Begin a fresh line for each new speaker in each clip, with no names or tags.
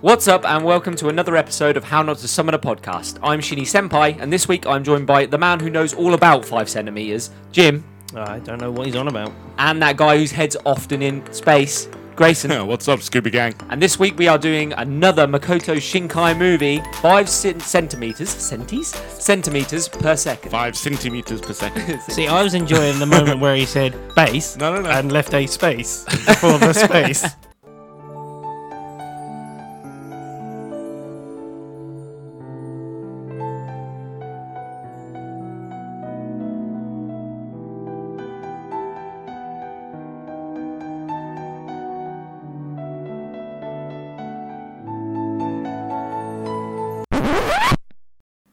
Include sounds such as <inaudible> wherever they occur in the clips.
What's up, and welcome to another episode of How Not to Summon a Podcast. I'm Shinny Senpai, and this week I'm joined by the man who knows all about 5 centimeters, Jim,
Uh, I don't know what he's on about.
and that guy whose head's often in space, Grayson. <laughs>
<laughs> What's up, Scooby Gang?
And this week we are doing another Makoto Shinkai movie, five cent- centimeters, centis, centimeters per second.
Five centimeters per second.
See, I was enjoying the moment where he said base
No, no, no.
and left a space for the <laughs> space.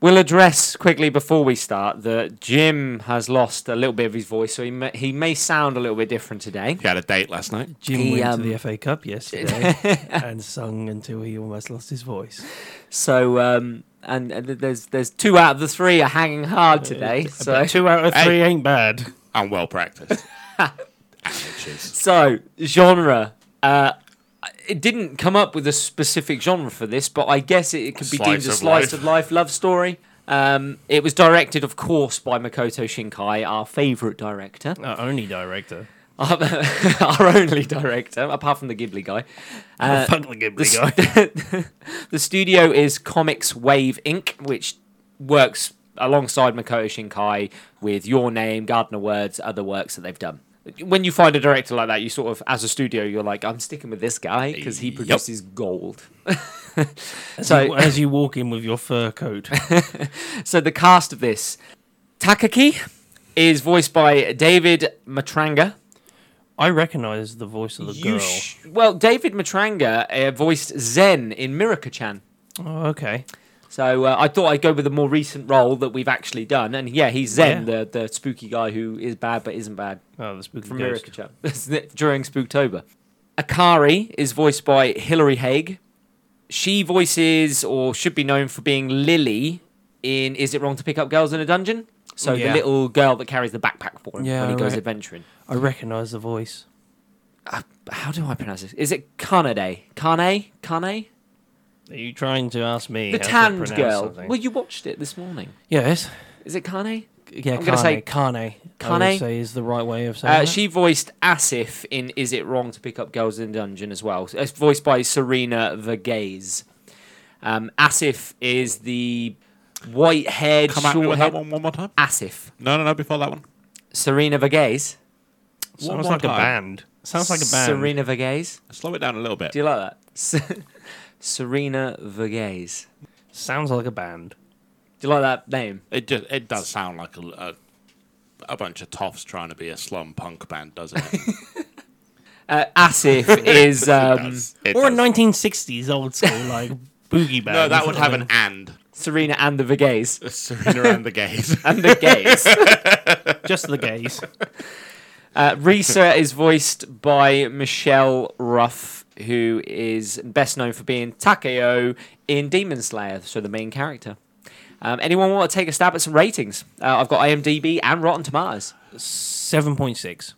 We'll address quickly before we start that Jim has lost a little bit of his voice, so he may, he may sound a little bit different today.
He had a date last night.
Jim
He,
went
um,
to the FA Cup
<laughs>
yesterday and sung until he almost lost his voice.
So, um, and, and th- there's there's two out of the three are hanging
Uh,
hard today. So,
But two out of
Hey.
three ain't bad.
I'm well practiced. Amateurs.
so genre. Uh, it didn't come up with a specific genre for this, but I guess it, it could be
Slice
deemed a
of
slice
life.
of life love story. Um, it was directed, of course, by Makoto Shinkai, our favourite director.
Our Uh, only director.
our, <laughs> our only director, apart from the Ghibli guy.
<laughs>
Uh,
Fuck the Ghibli guy.
st- <laughs> the studio is Comics Wave Inc., which works alongside Makoto Shinkai with Your Name, Gardener Words, other works that they've done. When you find a director like that, you sort of, as a studio, you're like, I'm sticking with this guy because he
Yep.
produces gold. <laughs>
So
so,
as you walk in with your fur coat,
<laughs> so the cast of this Takaki is voiced by David Matranga.
I recognise the voice of the
You
girl.
sh- well, David Matranga uh, voiced Zen in Miraka Chan.
oh, okay.
So uh, I thought I'd go with the more recent role that we've actually done. And yeah, he's Zen,
Yeah.
the, the spooky guy who is bad but isn't bad
Oh, the spooky
from
ghost.
Miraka <laughs> Chan during Spooktober. Akari is voiced by Hilary Haig. She voices, or should be known for being Lily in Is It Wrong to Pick Up Girls in a Dungeon? So
Yeah.
the little girl that carries the backpack for him
Yeah,
when he goes
right.
adventuring.
I recognise the voice.
How do I pronounce this? Is it Kanade? Kane? Kane?
Are you trying to ask me?
The
how to
tanned
pronounce
girl.
something?
Well, you watched it this morning.
yes.
Is it Kane?
Yeah,
I'm gonna
I'm gonna
say-
say Kane. I
Kane?
would say is the right way of saying
Uh,
that.
she voiced Asif in Is It Wrong to Pick Up Girls in a Dungeon as well. It's voiced by Serena Verghese. Um, Asif is the white haired,
Come at me
short
with that
haired.
one one more time.
Asif.
No, no, no. Before that one.
Serena Verghese.
One
sounds
more
like a
time.
band. Sounds like a band.
Serena Verghese.
Slow it down a little bit.
Do you like that? <laughs> S- Serena Verghese.
Sounds like a band.
Do you like that name?
It just it does sound like a, a a bunch of toffs trying to be a slum punk band, doesn't it?
Uh,
<laughs>
Asif is. Um,
does. It
or a
does.
1960s old school like boogie band.
No, that
or
would have an
something.
and.
Serena and the Verghese.
Serena and the gays.
And the gays.
just the gays.
Uh, Risa is voiced by Michelle Ruff, who is best known for being Takeo in Demon Slayer, so the main character. Um, anyone want to take a stab at some ratings? Uh, I've got IMDb and Rotten Tomatoes.
7.6.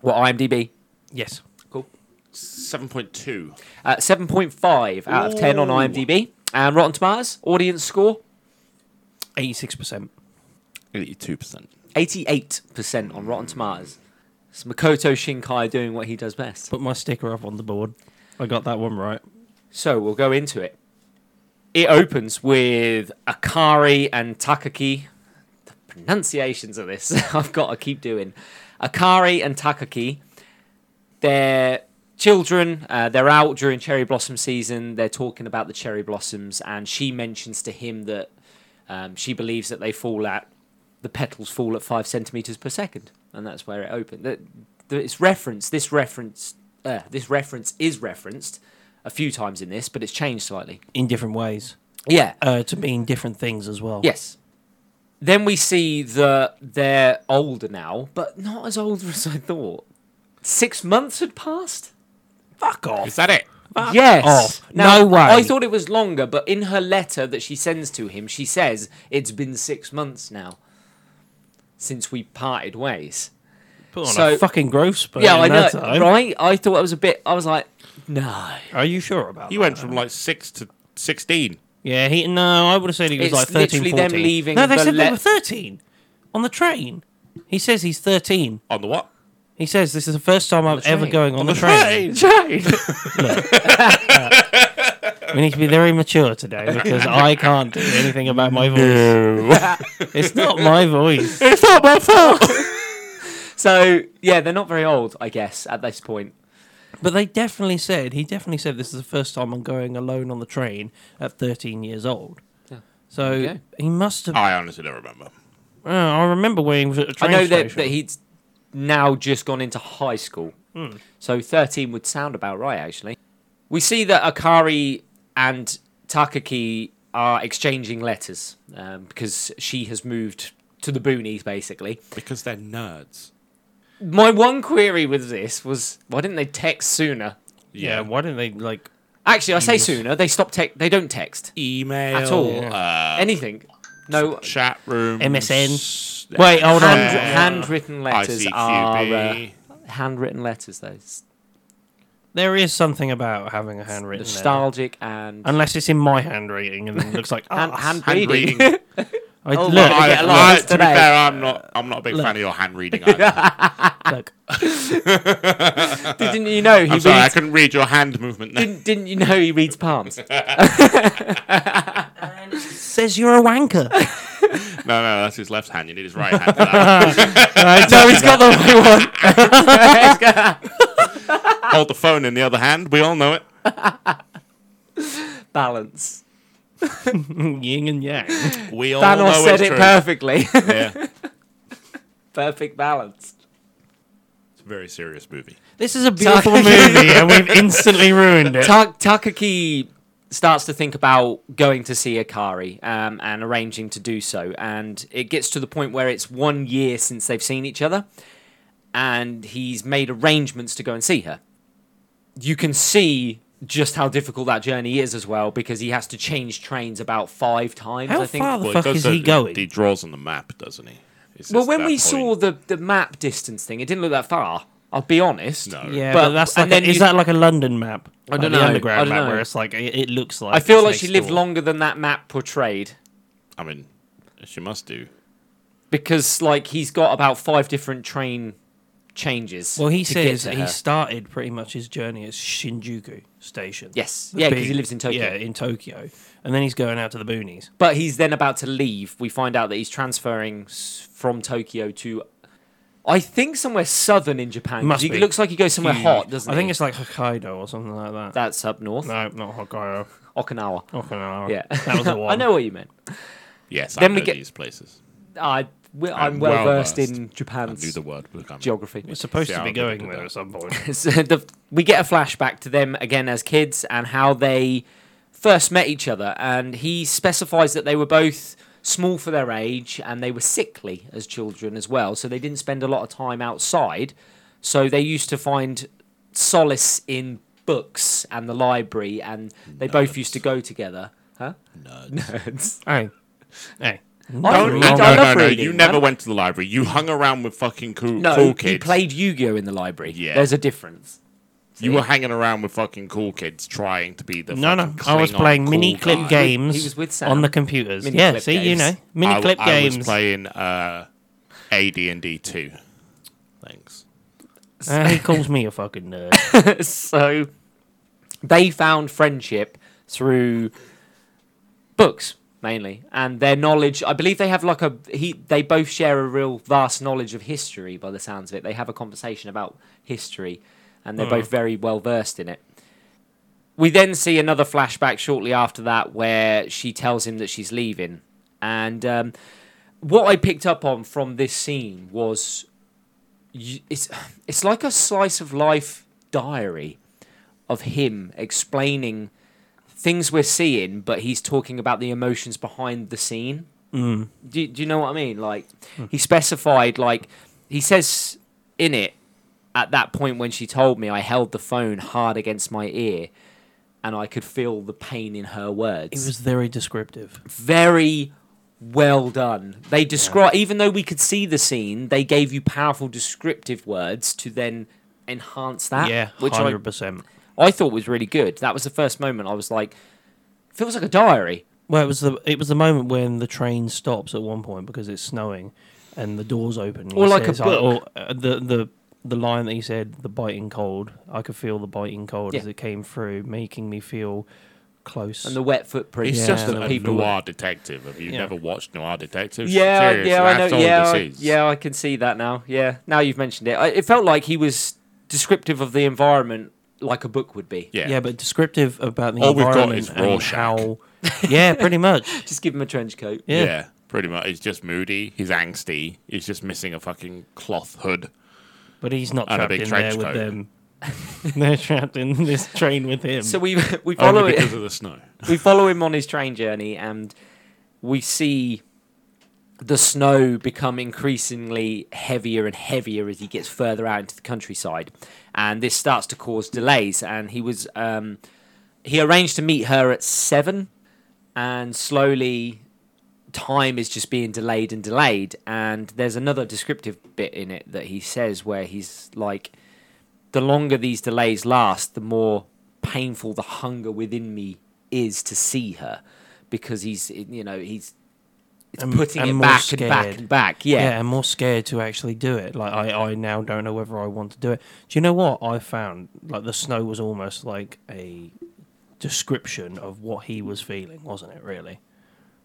Well, IMDb,
Yes.
cool.
<laughs> Seven point two.
Uh, 7.5 out of 10 on
Ooh.
IMDb. And Rotten Tomatoes, audience score,
86%.
Eighty-two percent.
88% on Rotten Tomatoes. It's Makoto Shinkai doing what he does best.
Put my sticker up on the board. I got that one right.
So we'll go into it. It opens with Akari and Takaki. The pronunciations of this, <laughs> I've got to keep doing. Akari and Takaki, they're children. Uh, they're out during cherry blossom season. They're talking about the cherry blossoms, and she mentions to him that um, she believes that they fall at the petals fall at five centimeters per second, and that's where it opened. That that it's referenced. This reference, uh, this reference is referenced a few times in this, but it's changed slightly.
In different ways.
Yeah.
Uh, to mean different things as well.
Yes. Then we see that they're older now, but not as old as I thought. Six months had passed.
Fuck off.
Is that it?
yes.
off. No way.
I thought it was longer, but in her letter that she sends to him, she says it's been six months now since we parted ways.
Put on
So-
a fucking growth spurt.
yeah, I
in
know,
that time.
right? I thought it was a bit. I was like, no.
Are you sure about
He
that?
went from like six to sixteen.
Yeah, he no, I would have said he was
It's
like 13,
literally them
14.
leaving
No, they
the
said
le-
they were 13 on the train. He says he's 13.
On the what?
He says this is the first time I'm
the
ever
train.
going on, the, train.
Jane.
We need to be very mature
<laughs>
today because I can't do anything about my voice. <laughs> it's not my
<laughs>
voice.
it's not my fault. so yeah, they're not very old, I guess, at this point.
But they definitely said he definitely said this is the first time I'm going alone on the train at 13 years old. So
you go.
he must have.
<laughs> I honestly don't remember.
Oh, I remember when he was at the train
I know that,
station.
that he's now just gone into high school. So 13 would sound about right, actually. We see that Akari and Takaki are exchanging letters um, because she has moved to the boonies, basically.
Because they're nerds.
My one query with this was why didn't they text sooner?
yeah, why didn't they like?
Actually, I say sooner. They stop. Te- they don't text
Email
At all. Eh,
Uh,
anything. No
chat uh, room.
MSN.
s-
Wait, hold on.
hand,
Yeah.
handwritten letters are uh,
ICQB.
handwritten letters. Though It's
There is something about having a handwritten letter.
nostalgic and
Unless it's in my handwriting and then it looks like
<laughs> hand,
us.
hand reading.
handwriting.
<laughs>
I,
Oh,
look,
wow.
I,
get a lot
I-
of us
to be
today.
fair, I'm not. I'm not a big fan of your hand
<laughs>
reading. Either.
look.
Didn't you know he
uh, I'm
reads?
sorry, I couldn't read your hand movement. There.
Didn't, didn't you know he reads palms?
<laughs> says you're a wanker.
<laughs> No, no, that's his left hand. You need his right hand.
<laughs>
For that.
no, he's got the right one.
Hold the phone in the other hand. We all know it.
Balance.
Yin and yang.
We all know
Thanos said
it's
it
true.
perfectly. <laughs>
Yeah,
Perfect balance.
it's a very serious movie.
<gasps> This is a beautiful movie and we've instantly ruined it.
Ta- Takaki starts to think about going to see Akari um, and arranging to do so. And it gets to the point where it's one year since they've seen each other. And he's made arrangements to go and see her. You can see just how difficult that journey is as well because he has to change trains about five times,
How
I think.
far the
Well,
fuck
does
is
that-
he going?
He draws on the map, doesn't he? It's
well,
just
when
that
we
point.
saw the, the map distance thing, it didn't look that far. I'll be honest.
No.
yeah,
but-
but, that's like
and
a-
then
is
you-
that like a London map?
I
Like
don't
the
know.
underground
I don't
map
know.
where it's like it, it looks like.
I feel
it's
like she
next
lived
door.
longer than that map portrayed.
I mean, she must do.
because like he's got about five different train changes.
Well, he
to get
says
to
that
her.
he started pretty much his journey at Shinjuku Station.
Yes.
The
Yeah, 'cause
big-
he lives in Tokyo.
Yeah, in Tokyo, and then he's going out to the boonies.
but he's then about to leave. We find out that he's transferring s- from Tokyo to, I think somewhere southern in Japan. 'cause
Must
he
be.
looks like he goes somewhere
Huge.
hot, doesn't
I
he?
think it's like Hokkaido or something like that.
that's up north,
no, not Hokkaido.
Okinawa.
Okinawa.
Yeah,
that was the
<laughs>
one.
I know what you meant.
Yes,
Then
I
we
know
get-
these places.
I, we- I'm,
I'm
well,
well
versed
versed.
in
I knew
Japan's
the word. Look, I'm-
geography.
We're supposed
Yeah,
to be
I'll give
going
it to
there
that.
at some point.
So uh, the, we get a flashback to them again as kids and how they first met each other. And he specifies that they were both small for their age and they were sickly as children as well. So they didn't spend a lot of time outside. So they used to find solace in books and the library. And they both used to go together. Huh?
Nerds.
<laughs> Nerds.
hey, hey.
Don't
Nothing
eat
no,
I
wrong
no,
with-
love
no, no,
reading,
You
man.
never went to the library. You hung around with fucking cool,
No,
cool
he
kids.
played Yu-Gi-Oh in the library.
Yeah.
There's a difference.
you were hanging around with fucking cool kids, trying to be the.
No, no.
fucking
I was
Klingon
playing
cool
mini clip
guy.
games
he was with Sam.
on the computers.
Mini
yeah,
clip
see, you know,
games.
mini
I-
clip
I was
games.
playing uh, AD and D two. Thanks.
Uh, he calls me a fucking
<laughs>
nerd.
so they found friendship through books mainly and their knowledge i believe they have like a he they both share a real vast knowledge of history by the sounds of it they have a conversation about history and they're both very well versed in it we then see another flashback shortly after that where she tells him that she's leaving and um, what i picked up on from this scene was you, it's it's like a slice of life diary of him explaining things we're seeing, but he's talking about the emotions behind the scene. Mm. Do, do you know what I mean? Like he specified, like he says in it at that point when she told me, I held the phone hard against my ear, and I could feel the pain in her words
It was very descriptive.
very well done. They describe, even though we could see the scene, they gave you powerful descriptive words to then enhance that.
yeah,
Ah, which I,
hundred percent.
I thought was really good. That was the first moment I was like, feels like a diary.
Well, it was the it was the moment when the train stops at one point because it's snowing, and the doors open.
Or like a book.
or, uh, the the the line that he said, "The biting cold." I could feel the biting cold as
Yeah.
it came through, making me feel close.
And the wet footprints
He's
yeah,
Yeah,
just
of
a
people.
noir detective. Have you
Yeah.
never watched noir detectives?
Yeah,
Seriously,
yeah, I
that's
know.
all
Yeah,
this
I,
is.
yeah, I can see that now. Yeah, now you've mentioned it, I, it felt like he was descriptive of the environment, like a book would be.
yeah.
yeah. but descriptive about the
All we've got
environment
is
and
Rorschach.
how.
<laughs>
Yeah, pretty much.
Just give him a trench coat.
Yeah.
pretty much. He's just moody. He's angsty. He's just missing a fucking cloth hood.
But he's not
And a
trapped
big
in there
trench
with
coat.
them. <laughs> They're trapped in this train with him.
So we <laughs> we follow
Only
it.
because of
<laughs>
the snow.
we follow him on his train journey and we see the snow become increasingly heavier and heavier as he gets further out into the countryside and this starts to cause delays and he was um, he arranged to meet her at seven and slowly time is just being delayed and delayed and there's another descriptive bit in it that he says where he's like the longer these delays last, the more painful the hunger within me is to see her, because he's you know he's it's
I'm-
putting
I'm
it
Mm, more
back and back
scared.
and back.
yeah.
Yeah,
I'm more scared to actually do it. Like I, I now don't know whether I want to do it. Do you know what I found? Like the snow was almost like a description of what he was feeling, wasn't it? Really,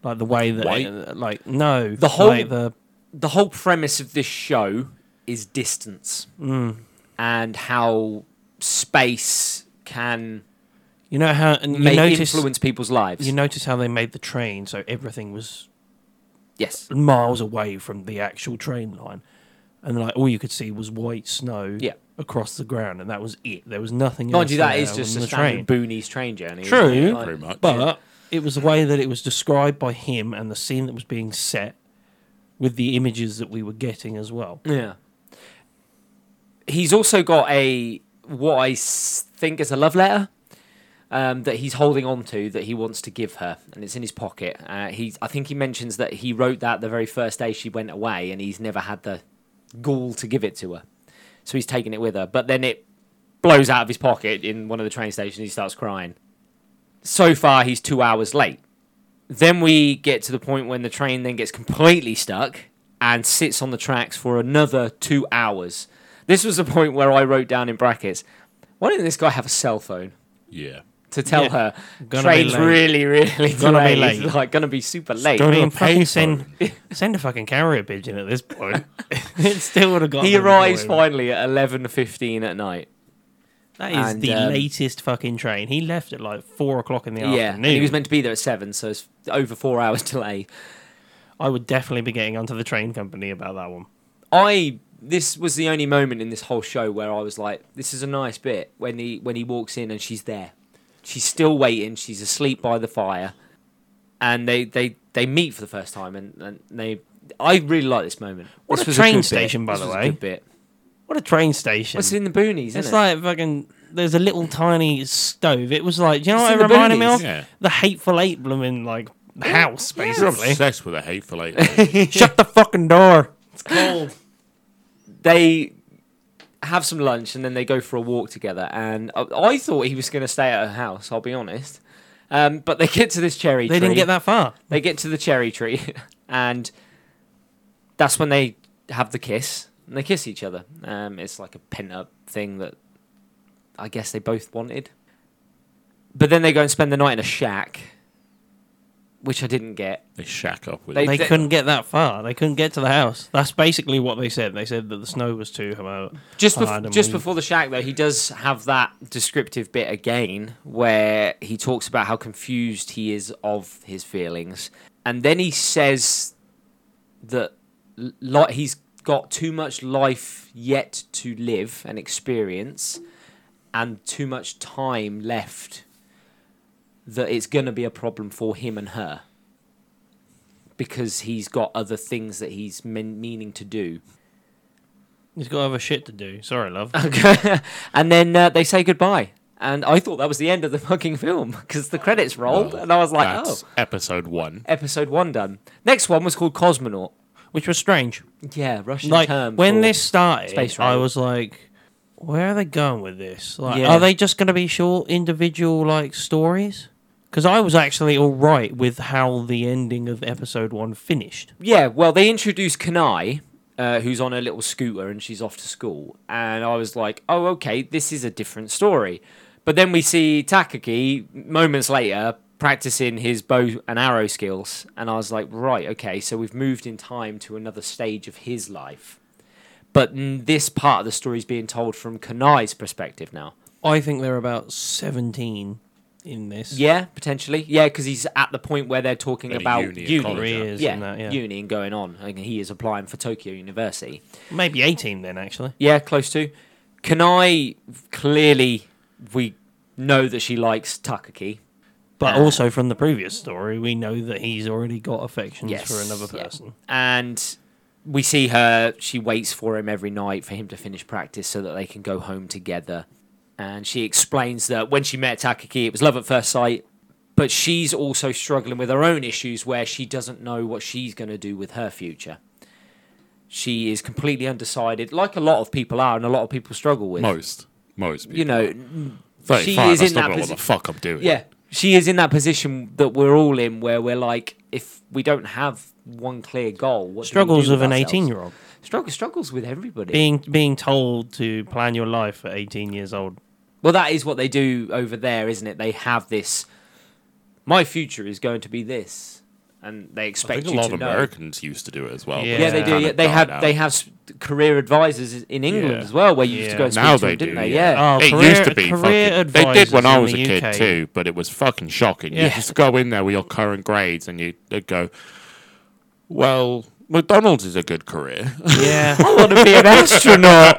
like the way that, uh,
White?
like no,
The whole-
like the
the whole premise of this show is distance
Mm.
and how space can
you know how and you
make
notice
influence people's lives.
you notice how they made the train so everything was
yes,
miles away from the actual train line, and like all you could see was white snow
Yeah.
across the ground, and that was it. There was nothing.
mind
else
you, that
there
is just
on
a
the
standard
train.
Boonies train journey. isn't
True.
it? Like-
Pretty much.
But it was the way that it was described by him and the scene that was being set with the images that we were getting as well.
Yeah. He's also got a what I s- think is a love letter um, that he's holding on to that he wants to give her, and it's in his pocket. Uh, he, I think he mentions that he wrote that the very first day she went away, and he's never had the gall to give it to her, so he's taking it with her. But then it blows out of his pocket in one of the train stations. He starts crying. So far, he's two hours late. Then we get to the point when the train then gets completely stuck and sits on the tracks for another two hours. This was the point where I wrote down in brackets, why didn't this guy have a cell phone
Yeah.
to tell
Yeah.
her
Gonna be
train's
late.
really, really
Gonna be
delayed.
late.
<laughs> Like gonna be super late.
Don't even
a
fucking
payphone.
send, <laughs> send a fucking carrier pigeon at this point. <laughs> it still would have got.
He
them
arrives
going.
finally at eleven fifteen at night.
That is
and,
the
um,
latest fucking train. He left at like four o'clock in the
yeah, and
afternoon.
he was meant to be there at seven, so it's over four hours <laughs> delay.
I would definitely be getting onto the train company about that one.
I this was the only moment in this whole show where I was like, this is a nice bit when he when he walks in and she's there. She's still waiting, she's asleep by the fire. And they they they meet for the first time and, and they I really like this moment.
What
this
a
was
train
good bit.
station, by
This
the
was a
way.
good bit.
What a train station!
It's in the boonies, isn't
It's
it?
like fucking. There's a little tiny stove. It was like, do you know
It's
what
in
it
the
reminded me
boonies.
of?
Yeah.
The Hateful Eight blooming like house,
<laughs>
You're
basically. <laughs>
obsessed with a hateful eight.
Shut the fucking door. It's cold.
they have some lunch and then they go for a walk together. And I, I thought he was going to stay at her house. I'll be honest. Um, but they get to this cherry tree.
they didn't get that far.
They get to the cherry tree, <laughs> and that's when they have the kiss and they kiss each other. Um, it's like a pent up thing that I guess they both wanted. But then they go and spend the night in a shack, which I didn't get.
they shack up with.
They-
They
they-
couldn't get that far. They couldn't get to the house. That's basically what they said. They said that the snow was too hard.
Just
hard
bef-
and
just
we-
before the shack, though, he does have that descriptive bit again where he talks about how confused he is of his feelings, and then he says that l- like he's got too much life yet to live and experience, and too much time left. That it's gonna be a problem for him and her because he's got other things that he's men- meaning to do.
He's got other shit to do. Sorry, love.
<laughs> Okay. and then uh, they say goodbye. And I thought that was the end of the fucking film because the credits rolled, and I was like,
That's
"Oh,
episode one.
episode one done." Next one was called Cosmonaut.
which was strange.
Yeah, Russian
Like
term.
when
for-
this started,
space
I
travel.
was like, "Where are they going with this? Like,
Yeah.
are they just going to be short individual like stories?" Because I was actually all right with how the ending of episode one finished.
Yeah, well, they introduced Kanai, uh, who's on a little scooter and she's off to school. And I was like, oh, okay, this is a different story. But then we see Takagi moments later practicing his bow and arrow skills. And I was like, right, okay, so we've moved in time to another stage of his life. But mm, this part of the story is being told from Kanai's perspective now.
I think there are about seventeen in this.
Yeah, potentially. Yeah, because he's at the point where they're talking
At a
about
uni
uni,
and college.
Careers
yeah,
and that, yeah.
uni and going on. And he is applying for Tokyo University.
Maybe eighteen then actually.
Yeah, close to. Kanai clearly we know that she likes Takaki.
But
Uh,
also from the previous story, we know that he's already got affections
Yes,
for another
yeah.
person.
And we see her she waits for him every night for him to finish practice so that they can go home together. And she explains that when she met Takaki it was love at first sight, but she's also struggling with her own issues where she doesn't know what she's going to do with her future. She is completely undecided, like a lot of people are, and a lot of people struggle with.
Most. Most people.
You know,
35,
she
I
is
still
in that
don't know what the
posi-
fuck I'm doing.
Yeah, she is in that position that we're all in, where we're like, if we don't have one clear goal, what do we
Struggles
do
of
with
an
ourselves?
eighteen-year-old
Struggles, struggles with everybody.
being being told to plan your life at eighteen years
<laughs>
old.
well, that is what they do over there, isn't it? They have this. My future is going to be this, and they
I
expect
think a
you
lot
to
of
know.
Americans used to do it as well.
Yeah.
yeah, they do.
Kinda
Yeah, they
died
have
out.
they have s- career advisors in England
Yeah.
as well, where you used to go and speak
now
to them,
they do.
didn't they?
yeah. <laughs>
Yeah,
Oh,
it
career-
used to be
career
fucking, They did when
advisors
I
in
was a
the
kid
UK.
too, but it was fucking shocking. You
Yeah.
just go in there with your current grades and you they'd go, well, McDonald's is a good career. <laughs>
Yeah.
I want to be an astronaut.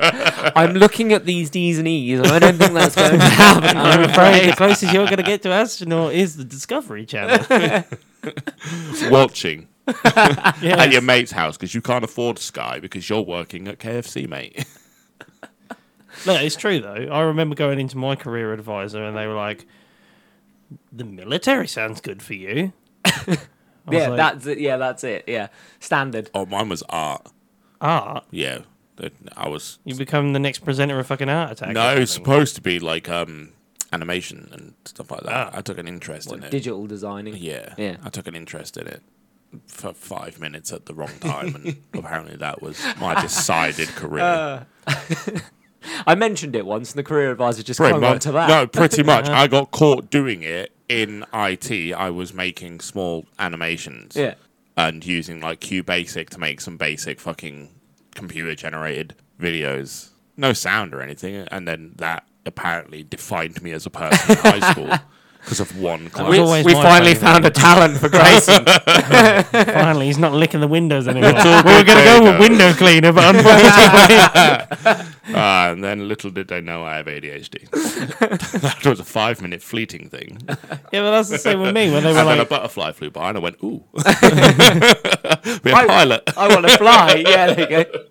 I'm looking at these D's and E's, and I don't think that's going to
<laughs>
happen. I'm
Right, the
afraid.
closest you're going to get to astronaut is the Discovery Channel.
Watching
<laughs> Yeah.
at your mate's house because you can't afford Sky because you're working at KFC, mate.
No, it's true though. I remember going into my career advisor and they were like, "The military sounds good for you." I was
Yeah,
like,
that's it. Yeah, that's it. Yeah, standard.
oh, mine was art.
art.
Yeah, That- I was.
Ah, You become the next presenter of fucking Art Attack. or
No, it was
something.
supposed to be like um animation and stuff like that. I took an interest in it.
Digital designing.
Yeah.
Yeah.
I took an interest in it for five minutes at the wrong time, and apparently that was my decided career.
I mentioned it once, and the career advisor just
pretty
clung on
much.
to that.
No, pretty much. I got caught doing it in IT. I was making small animations.
Yeah.
And using like QBasic to make some basic fucking computer generated videos. No sound or anything. And then that apparently defined me as a person in high school because of one class.
was always my favourite.
a talent <laughs> for Grayson.
<laughs> Finally, he's not licking the
<laughs>
windows anymore.
all
we were
good
going to go
there,
with window cleaner, but unfortunately,
Ah, and then little did they know I have ADHD. that was a five minute fleeting thing. And
<laughs> yeah, but that's the same with me. When they were
then a
like,
butterfly flew by and I went, ooh. <laughs> Be a pilot.
I want to fly. Yeah, there you go.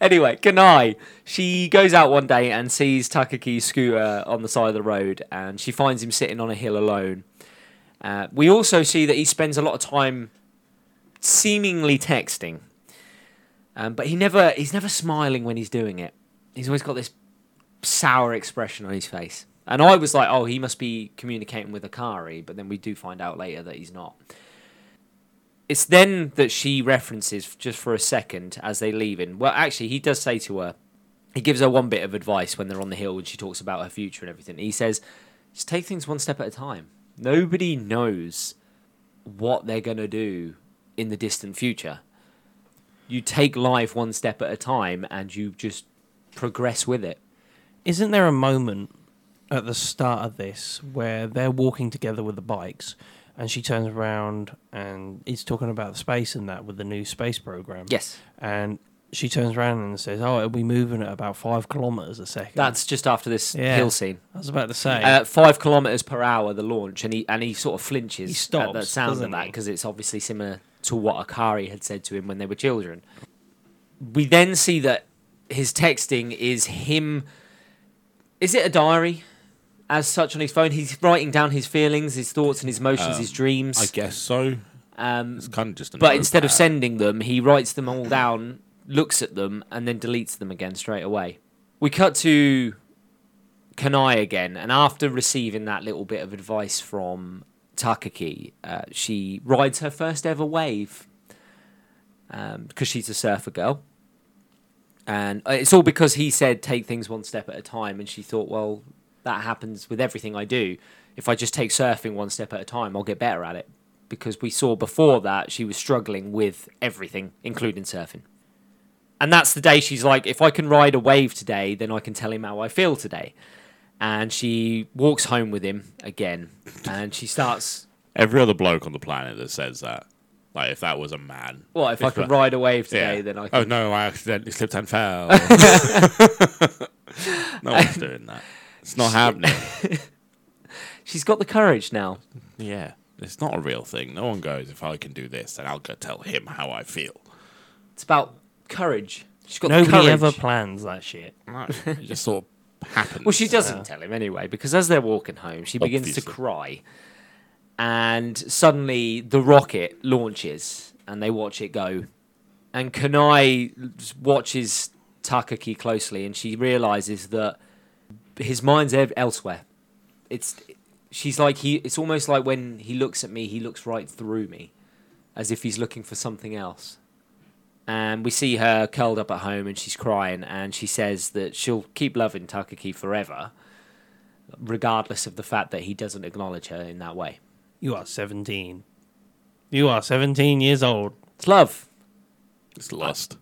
Anyway, Kanai, she goes out one day and sees Takaki's scooter on the side of the road, and she finds him sitting on a hill alone. Uh, we also see that he spends a lot of time seemingly texting, um, but he never he's never smiling when he's doing it. He's always got this sour expression on his face, and I was like, oh, he must be communicating with Akari, but then we do find out later that he's not. It's then that she references just for a second as they leave in. Well, actually, he does say to her, he gives her one bit of advice when they're on the hill and she talks about her future and everything. He says, just take things one step at a time. Nobody knows what they're going to do in the distant future. You take life one step at a time and you just progress with it.
Isn't there a moment at the start of this where they're walking together with the bikes and she turns around and he's talking about space and that with the new space program?
Yes.
And she turns around and says, Oh, it'll be moving at about five kilometers a second.
That's just after this
Yeah.
hill scene.
I was about to say.
Uh, five kilometers per hour, the launch, and he and he sort of flinches
He
at the
stops,
sound of
doesn't
that
he?
because it's obviously similar to what Akari had said to him when they were children. We then see that his texting is him. Is it a diary? as such on his phone. He's writing down his feelings, his thoughts, and his
Oh,
emotions, his
I
dreams.
guess so.
Um,
It's kind of just. A
but instead of
notepad.
sending them, he writes them all down, looks at them, and then deletes them again straight away. We cut to Kanai again, and after receiving that little bit of advice from Takaki, uh, she rides her first ever wave because she's a surfer girl. And uh, it's all because he said take things one step at a time, and she thought, well, that happens with everything I do. If I just take surfing one step at a time, I'll get better at it. Because we saw before that she was struggling with everything, including surfing. And that's the day she's like, if I can ride a wave today, then I can tell him how I feel today. And she walks home with him again, and she starts.
every other bloke on the planet that says that, like if that was a man,
Well, if I
It's <laughs>
can
like-
ride a wave
yeah.
today, then I
Oh
can.
no, I accidentally slipped
<laughs>
and fell. <laughs> no one's doing that. It's
<laughs>
not happening.
She's got the courage now.
Yeah, it's not a real thing. No one goes. If I can do this, then I'll go tell him how I feel.
It's about courage. She's got the courage.
Nobody ever plans that shit.
No, it just sort of
<laughs>
happens.
Well, she doesn't tell him anyway, because as they're walking home, she begins to
Obviously.
cry. And suddenly the rocket launches and they watch it go. And Kanai watches Takaki closely and she realizes that his mind's ev- elsewhere. It's she's like he it's almost like when he looks at me, he looks right through me as if he's looking for something else and we see her curled up at home and she's crying and she says that she'll keep loving Takaki forever regardless of the fact that he doesn't acknowledge her in that way.
You are 17. You are 17 years old.
It's love.
It's lust.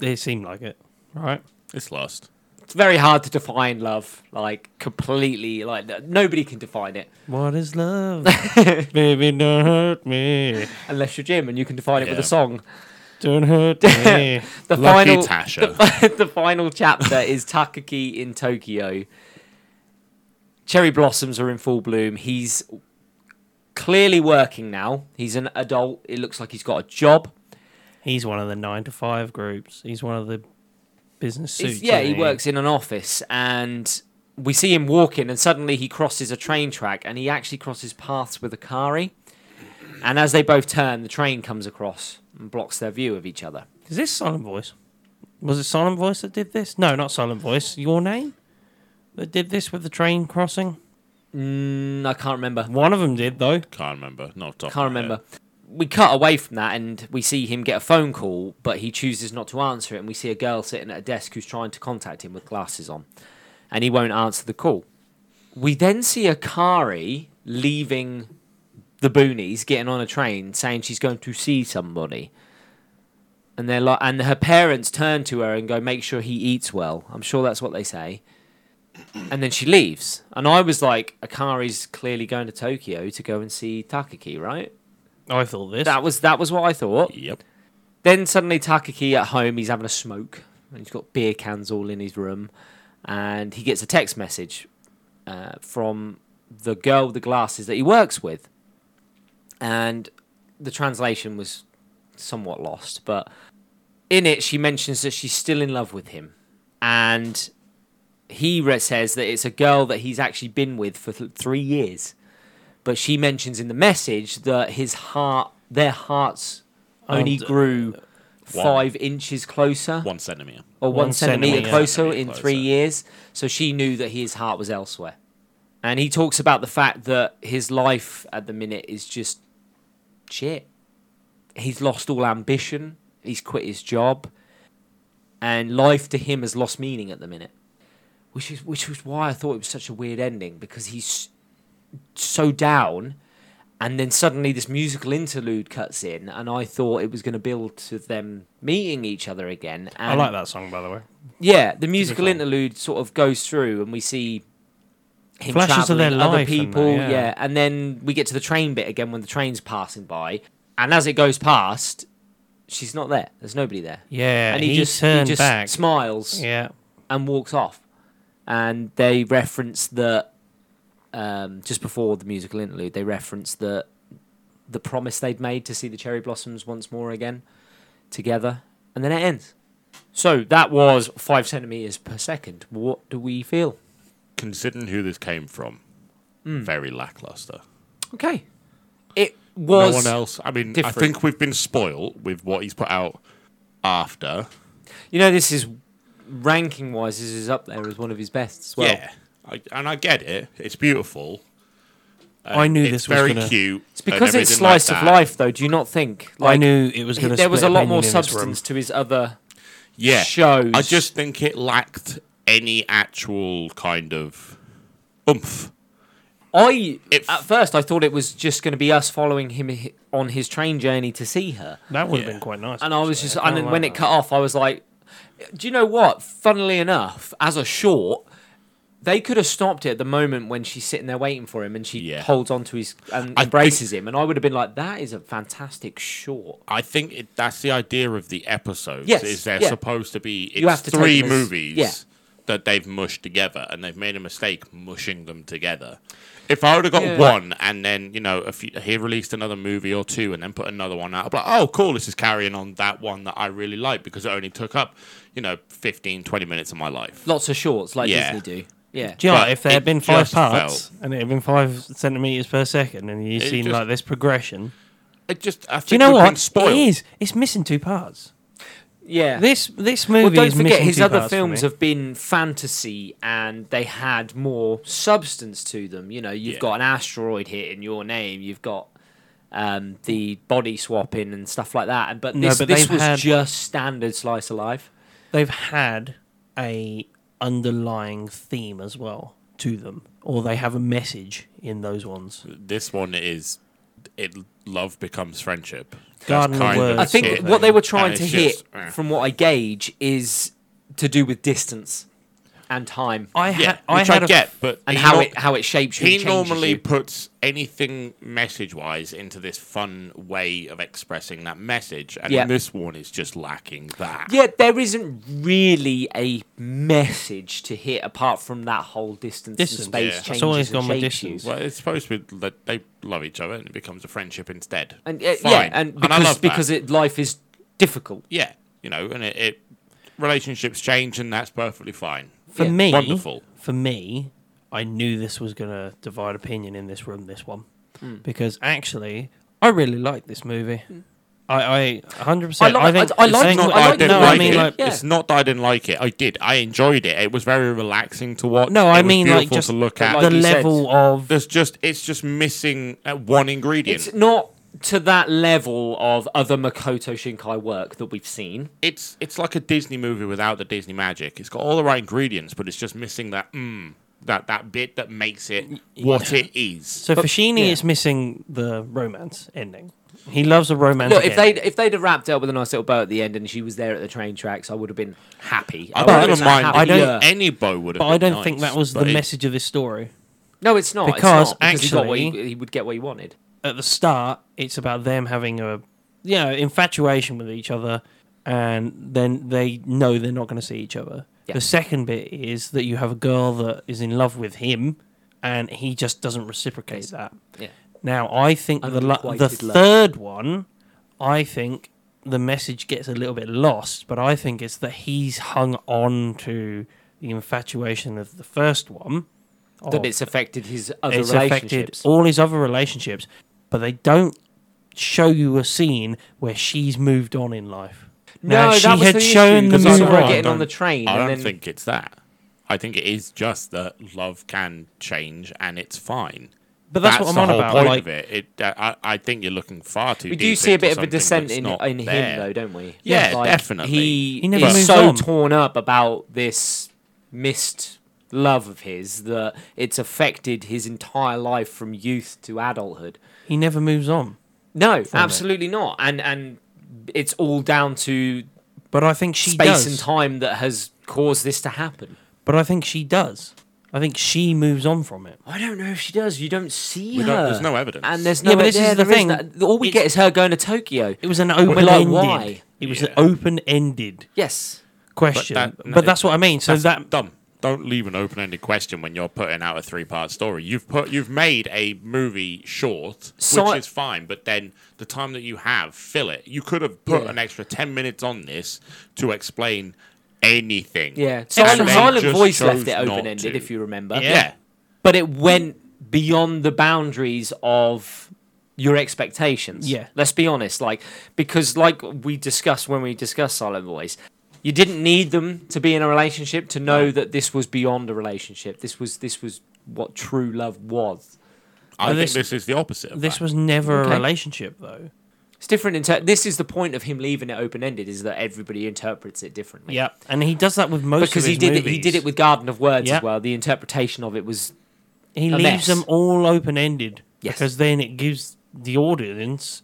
They seem like it, right?
It's lust.
It's very hard to define love like completely like n- nobody can define it
What is
<laughs>
love? Baby, don't hurt me.
unless you're Jim and you can define it with
Yeah.
a song. <laughs>
Don't hurt me.
The
Lucky
final <laughs>
Tasha.
the final chapter is Takaki in Tokyo. Cherry blossoms are in full bloom. He's clearly working now. He's an adult. It looks like he's got a job.
He's one of the nine to five groups. He's one of the business
He's-
suits.
yeah,
isn't
he works in an office and we see him walking and suddenly he crosses a train track and he actually crosses paths with Akari. And as they both turn, the train comes across and blocks their view of each other.
Is this Silent Voice? Was it Silent Voice that did this? No, not Silent Voice. Your name that did this with the train crossing.
Mm, I can't remember.
One of them did though.
Can't remember. Not off the top of
Can't
my head.
remember. We cut away from that and we see him get a phone call, but he chooses not to answer it. And we see a girl sitting at a desk who's trying to contact him with glasses on, and he won't answer the call. We then see Akari leaving the boonies, getting on a train, saying she's going to see somebody. And they're like, and her parents turn to her and go, "Make sure he eats well." I'm sure that's what they say. And then she leaves, and I was like, "Akari's clearly going to Tokyo to go and see Takaki, right?"
I thought this.
That was that was what I thought.
Yep.
Then suddenly Takaki at home, he's having a smoke and he's got beer cans all in his room, and he gets a text message uh, from the girl with the glasses that he works with, and the translation was somewhat lost, but in it she mentions that she's still in love with him, and he re- says that it's a girl that he's actually been with for th- three years, but she mentions in the message that his heart, their hearts, only
And, uh,
grew
one-
five inches closer
One centimeter.
or one,
One
centimetre
centimetre
closer in
closer.
three years. So she knew that his heart was elsewhere. And he talks about the fact that his life at the minute is just shit. He's lost all ambition. He's quit his job. And life to him has lost meaning at the minute. Which is which was why I thought it was such a weird ending because he's so down and then suddenly this musical interlude cuts in and I thought it was going to build to them meeting each other again. And
I like that song by the way.
yeah, the musical
Typical.
interlude sort of goes through, and we see him
Flashes of their
traveling, other
life and that,
people.
yeah.
yeah, and then we get to the train bit again when the train's passing by, and as it goes past, she's not there. There's nobody there,
Yeah,
and
he, just turned
he just
back.
smiles
yeah,
and walks off. And they reference that um, just before the musical interlude, they reference that the promise they'd made to see the cherry blossoms once more again together, and then it ends. So that was five centimeters per second. What do we feel?
considering who this came from,
Hmm.
very lackluster.
Okay. It was.
no one else. I mean,
different.
I think we've been spoiled with what he's put out after.
You know, this is ranking wise, this is up there as one of his best as well.
yeah, I, and I get it. It's beautiful.
I knew
Uh, it's
this was
very
gonna-
cute.
It's because
and
it's
everything like
slice of
that.
life, though. Do you not think?
I knew it was going to.
there was a lot more substance to his other.
Yeah,
shows.
I just think it lacked any actual kind of oomph.
I
It-
at first I thought it was just going to be us following him hi- on his train journey to see her,
That would have
Yeah.
been quite nice.
and I was
actually.
just
kinda
and then
like
when
that.
it cut off, I was like, "Do you know what? Funnily enough, as a short." They could have stopped it at the moment when she's sitting there waiting for him, and she
Yeah.
holds on to his and
I
embraces him, and I would have been like, "That is a fantastic short."
I think it, that's the idea of the episodes.
Yes,
is they're
yeah.
supposed to be it's
You have to take
three
them as-
movies
yeah.
that they've mushed together, and they've made a mistake mushing them together. If I would have got
Yeah.
one, and then you know, if you- he released another movie or two, and then put another one out, I'd be like, oh, cool, this is carrying on that one that I really like because it only took up, you know, 15, 20 minutes of my life.
Lots of shorts like
Yeah.
Disney do. Yeah,
Do you know what,
but
if there had
it
been five
just
parts
felt-
and it had been five centimeters per second, and you've
It
seen
just-
like this progression,
It just, I think
do you know
we've
what?
Been spoiled.
It is. It's missing two parts.
yeah.
This this movie.
Well, don't
is
forget
missing
his
two
other
parts for
films
me.
have been fantasy and they had more substance to them. You know, you've
Yeah.
got an asteroid hit in your name, you've got um, the body swapping and stuff like that. And but
No,
this,
but
this
they've
was
had-
just standard slice of life.
They've had a underlying theme as well to them, or they have a message in those ones.
This one is, it love becomes friendship. That's
Garden of
kind
Words.
I
That's
think
it.
what
what
they-
they were trying
it's
to hit,
just, eh.
from what I gauge, is to do with distance and time
I had.
Yeah,
I
which
had
I
a-
get, but
and
he
how
nor-
it how it shapes you.
he
and changes
normally
you.
puts anything message-wise into this fun way of expressing that message, and
Yeah.
this one is just lacking that.
Yeah, there isn't really a message to hit apart from that whole distance,
Distance,
and space
yeah. It's
changes
always
and
gone with
shapes you.
distance.
Well, it's supposed to be that they love each other, and it becomes a friendship instead.
And uh, yeah,
Fine.
and
I
because
love that.
because it, life is difficult.
yeah, you know, and it, it relationships change, and that's perfectly fine.
For
Yeah.
me,
Wonderful.
For me, I knew this was going to divide opinion in this room. This one, because actually, I really liked this movie. I, I, hundred
I
percent.
like-
I think.
I- I like-
It's
think-
not
I
that I,
like-
didn't
no,
like
I mean,
it.
like,
Yeah.
It's not that I didn't like it. I did. I enjoyed it. It was very relaxing to watch.
no, I
It was
mean, like,
beautiful
just
to look at.
the
Like you said.
level of
There's just it's just missing uh, one ingredient.
It's not to that level of other Makoto Shinkai work that we've seen.
it's it's like a Disney movie without the Disney magic. It's got all the right ingredients, but it's just missing that mm, that that bit that makes it what it is.
So
But-
Fashini
yeah.
is missing the romance ending. He loves a romance.
Look, if they
again.
if they'd have wrapped up with a nice little bow at the end and she was there at the train tracks, I would have been happy.
I
would have
don't
been
even mind.
happy.
I don't.
Yeah.
Any bow would have.
but I
been
don't think
nice,
that was the
but it-
message of this story.
No, it's not. Because,
Because
it's not, because he got what he-
actually-
he would get what he wanted.
At the start, it's about them having a you know infatuation with each other, and then they know they're not going to see each other.
Yeah.
The second bit is that you have a girl that is in love with him, and he just doesn't reciprocate
Yes.
that.
Yeah.
Now, I think the la- the
Unrequited love.
third one, I think the message gets a little bit lost, but I think it's that he's hung on to the infatuation of the first one.
That
of-
it's affected his other
Oh. it's affected
relationships.
all his other relationships, but they don't show you a scene where she's moved on in life. Now, she had shown the
because
That's
I
movie
movie-
saw her
I
getting on
don't-
the train.
I
and
don't
then,
think it's that. I think it is just that love can change and it's fine.
But that's what I'm
the
on
whole
about,
Point
like-
of it. it uh, I, I think you're looking far too.
We do
deep
see a
into
bit of a
something that's
dissent in,
not
in him,
there.
though, don't we?
Yeah, definitely.
He,
He never
is
moves
so
on.
torn up about this missed love of his that it's affected his entire life from youth to adulthood.
He never moves on.
No,
it.
absolutely not. And and it's all down to
But I think she
space
does.
and time that has caused this to happen.
But I think she does. I think she moves on from it.
I don't know if she does. You don't see
We
her.
don't- there's no evidence.
And there's no.
Yeah, but this
there-
is the
there
thing.
no- all we
It's-
get is her going to Tokyo.
It was an
We're
open
like,
ended.
why?
It was an
Yeah.
open ended
Yes.
question. But,
that- no,
that's what I mean. So
That's
that
dumb. Don't leave an open-ended question when you're putting out a three-part story. You've put, you've made a movie short,
So-
which is fine, but then the time that you have, fill it. You could have put
Yeah.
an extra ten minutes on this to explain anything.
Yeah,
And
Silent,
they
Silent
just
Voice
chose
left it
not
open ended,
to.
if you remember.
Yeah.
but it went beyond the boundaries of your expectations.
Yeah.
let's be honest. Like because like we discussed when we discussed Silent Voice, you didn't need them to be in a relationship to know that this was beyond a relationship. This was this was what true love was.
I
And
think
this-
this, is the opposite. Of
This
that.
was never
Okay.
a relationship though.
It's different. Inter- this is the point of him leaving it open ended is that everybody interprets it differently.
Yeah, and he does that with most
Because
of his
he did it, he
movies.
did it with Garden of Words
Yeah.
as well. The interpretation of it was
He
a
leaves
mess.
them all open ended
Yes.
because then it gives the audience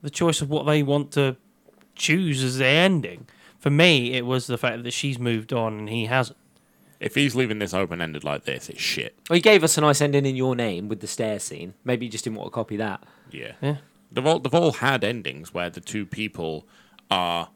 the choice of what they want to choose as their ending. For me, it was the fact that she's moved on and he hasn't.
if he's leaving this open ended like this, it's shit.
Well, Oh, he gave us a nice ending in your name with the stair scene. Maybe you just didn't want to copy that.
Yeah.
Yeah.
They've all they've all had endings where the two people are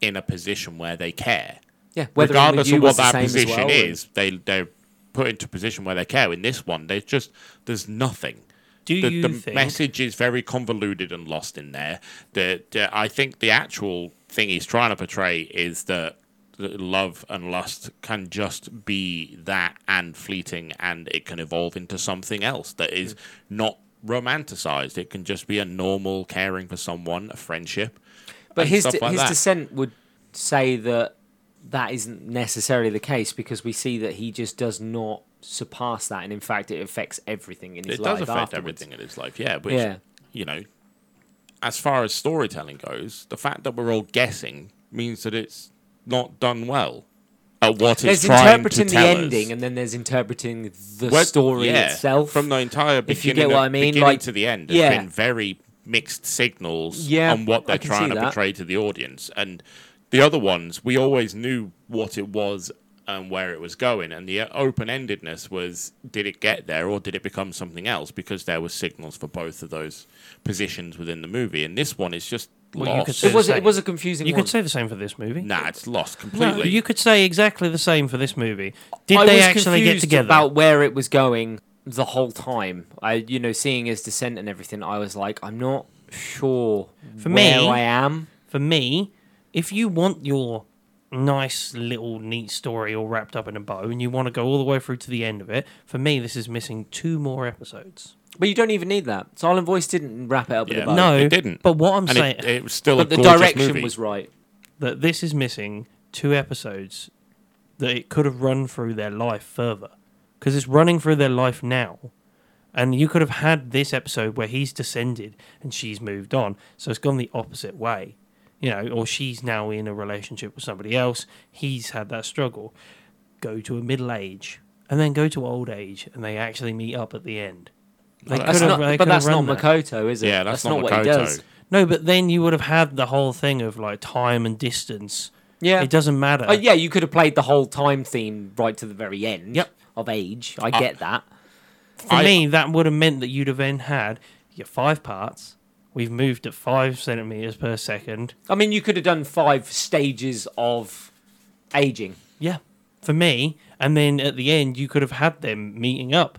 in a position where they care.
Yeah, whether
Regardless
you
of what
was the
that
same as
position
well, and-
is, they they're put into a position where they care. In this one, they just there's nothing.
Do
the,
you
the
think?
message is very convoluted and lost in there. The, the- I think the actual thing he's trying to portray is that that love and lust can just be that and fleeting, and it can evolve into something else that is not romanticized. It can just be a normal caring for someone, a friendship.
But
and
his
stuff like
his
that.
dissent would say that that isn't necessarily the case because we see that he just does not surpass that, and in fact, it affects everything in his
it
life.
does affect
afterwards.
everything in his life yeah which
Yeah.
you know as far as storytelling goes the fact that we're all guessing means that it's not done well at what it's
There's
trying to
interpreting the
tell
ending,
us.
and then there's interpreting the
Well,
story
yeah,
itself.
from the entire beginning,
If you get what
of-
I mean,
beginning
like-
to the end has
yeah.
been very mixed signals
Yeah,
on what
I
they're
can see
trying to
that.
portray to the audience and the other ones we always knew what it was and where it was going and the open-endedness was did it get there or did it become something else because there were signals for both of those positions within the movie and this one is just
Well, you could
lost
say-
it was
Same.
it was a confusing.
You
one.
could say the same for this movie.
nah it's lost
No,
completely
you could say exactly the same for this movie. Did
I
they
was
actually get
confused
together?
about where it was going the whole time? I, you know, seeing his descent and everything, I was like, I'm not sure
For
where
me-
I am.
for me, if you want your nice little neat story all wrapped up in a bow and you want to go all the way through to the end of it, for me this is missing two more episodes.
But you don't even need that. Silent Voice didn't wrap it up
Yeah.
with a bow.
no,
it didn't.
But what I'm
and
saying
it, it was still a
but the
gorgeous
direction
movie.
was right.
that this is missing two episodes that it could have run through their life further because it's running through their life now. And you could have had this episode where he's descended and she's moved on. So it's gone the opposite way, you know, or she's now in a relationship with somebody else. He's had that struggle. Go to a middle age and then go to old age and they actually meet up at the end. They
Well,
could
That's
have-
not,
they
but
could have
that's not
run that.
Makoto, is it?
yeah that's, not,
what he does.
No, but then you would have had the whole thing of like time and distance.
Yeah.
It doesn't matter.
Oh, yeah, you could have played the whole time theme right to the very end
Yep.
of age. I
Uh,
get that.
For
I-
me, that would have meant that you'd have then had your five parts. We've moved at five centimeters per second.
I mean, you could have done five stages of aging.
Yeah, for me. And then at the end, you could have had them meeting up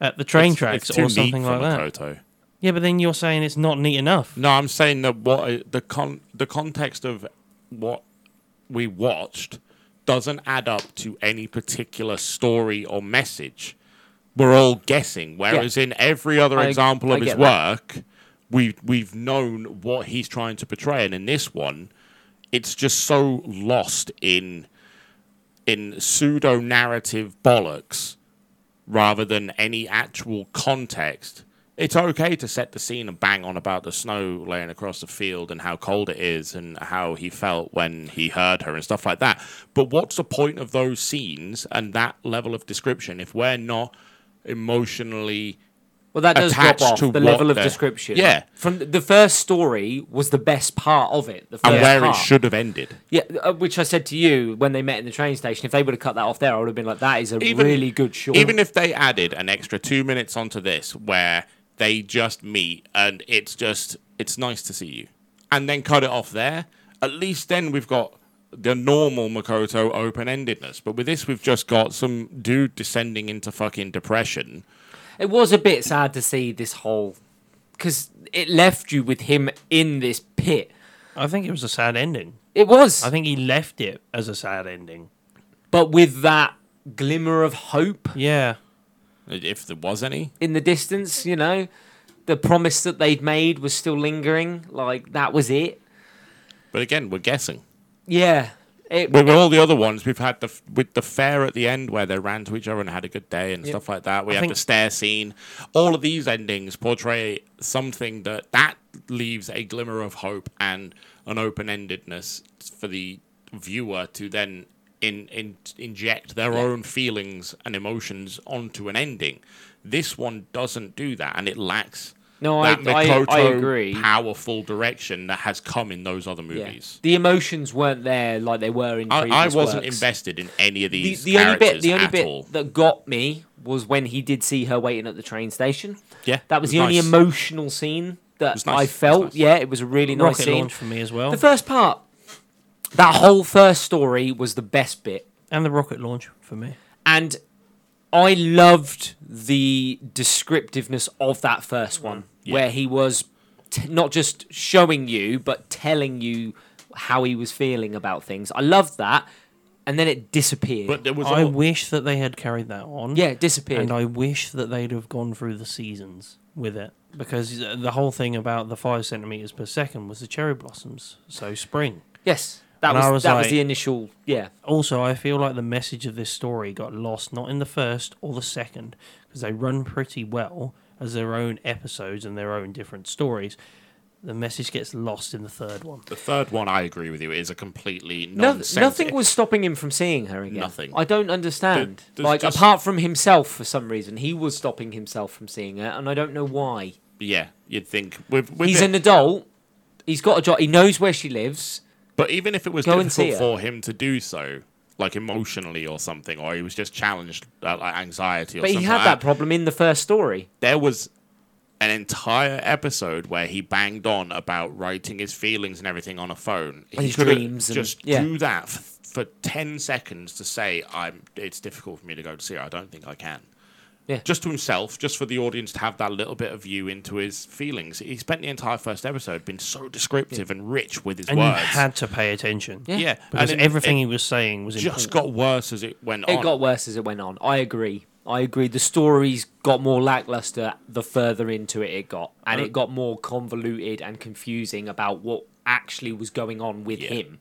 at the train tracks or something like that.
that
Yeah, but then you're saying it's not neat enough.
No, I'm saying that what uh, the con the context of what we watched doesn't add up to any particular story or message. We're all guessing. Whereas in every other
I-
example
I
of his
get that.
work, we we've known what he's trying to portray, and in this one, it's just so lost in in pseudo narrative bollocks rather than any actual context. It's okay to set the scene and bang on about the snow laying across the field and how cold it is and how he felt when he heard her and stuff like that. But what's the point of those scenes and that level of description if we're not emotionally
Well, that does drop
attached
off
to
the
what
level of
the-
description.
Yeah.
from the, the first story was the best part of it. The first
and where it
part.
should have ended?
yeah, uh, which I said to you when they met in the train station. If they would have cut that off there, I would have been like, "That is a really good short."
Even if they added an extra two minutes onto this, where they just meet and it's just it's nice to see you, and then cut it off there. At least then we've got the normal Makoto open endedness. But with this, we've just got some dude descending into fucking depression.
it was a bit sad to see this whole because it left you with him in this pit.
I think it was a sad ending.
It was.
I think he left it as a sad ending.
but with that glimmer of hope
Yeah.
If there was any,
in the distance, you know, the promise that they'd made was still lingering. Like that was it.
but again, we're guessing.
Yeah. It,
With all the other ones, we've had the f- with the fair at the end where they ran to each other and had a good day and stuff like that. We
I
had
think-
the stair scene. All of these endings portray something that that leaves a glimmer of hope and an open endedness for the viewer to then in, in inject their own feelings and emotions onto an ending. This one doesn't do that, and it lacks
No, I-
that
I- I
Mikoto
agree.
powerful direction that has come in those other
yeah.
movies.
The emotions weren't there like they were in. Previous
I, I wasn't
works.
invested in any of
The,
these
the only
characters
bit, the only
at
bit
all.
that got me was when he did see her waiting at the train station.
Yeah,
That was,
it was
the only
nice.
emotional scene that
was nice,
I
it was
felt.
nice.
Yeah, it was a really nice
Rocket
scene.
launch for me as well.
The first part, that whole first story was the best bit.
and the rocket launch for me.
And I loved the descriptiveness of that first one, where he was t- not just showing you, but telling you how he was feeling about things. I loved that. And then it disappeared.
But there was
I
all-
wish that they had carried that on.
yeah, it disappeared.
And I wish that they'd have gone through the seasons with it because uh, the whole thing about the five centimeters per second was the cherry blossoms. So spring.
yes, that
and
was,
I was
that was
like-
the initial. Yeah,
Also, I feel like the message of this story got lost not in the first or the second because they run pretty well as their own episodes and their own different stories. The message gets lost in the third one.
the third one, I agree with you, is a completely
no,
nonsense.
nothing was stopping him from seeing her again.
Nothing.
I don't understand.
there's
like
just-
apart from himself, for some reason, he was stopping himself from seeing her, and I don't know why.
Yeah, you'd think with, with
He's
it-
an adult. He's got a job. He knows where she lives.
But even if it was
Go and see
difficult for him to do so, like emotionally or something, or he was just challenged uh, like anxiety or
But he
something
had
like
that problem in the first story.
there was an entire episode where he banged on about writing his feelings and everything on a phone. He
His
could've
dreams and-
just
yeah.
do that f- for ten seconds to say, "I'm." It's difficult for me to go to see. Her. I don't think I can.
Yeah.
Just to himself, just for the audience to have that little bit of view into his feelings. He spent the entire first episode being so descriptive and rich with his
And
words.
you had to pay attention.
Yeah.
yeah,
Because
and it-
everything
it
he was saying was
just
important.
got worse as it went
It
on.
got worse as it went on. I agree. I agree. The stories got more lackluster the further into it it got, and
Uh,
it got more convoluted and confusing about what actually was going on with
Yeah.
him.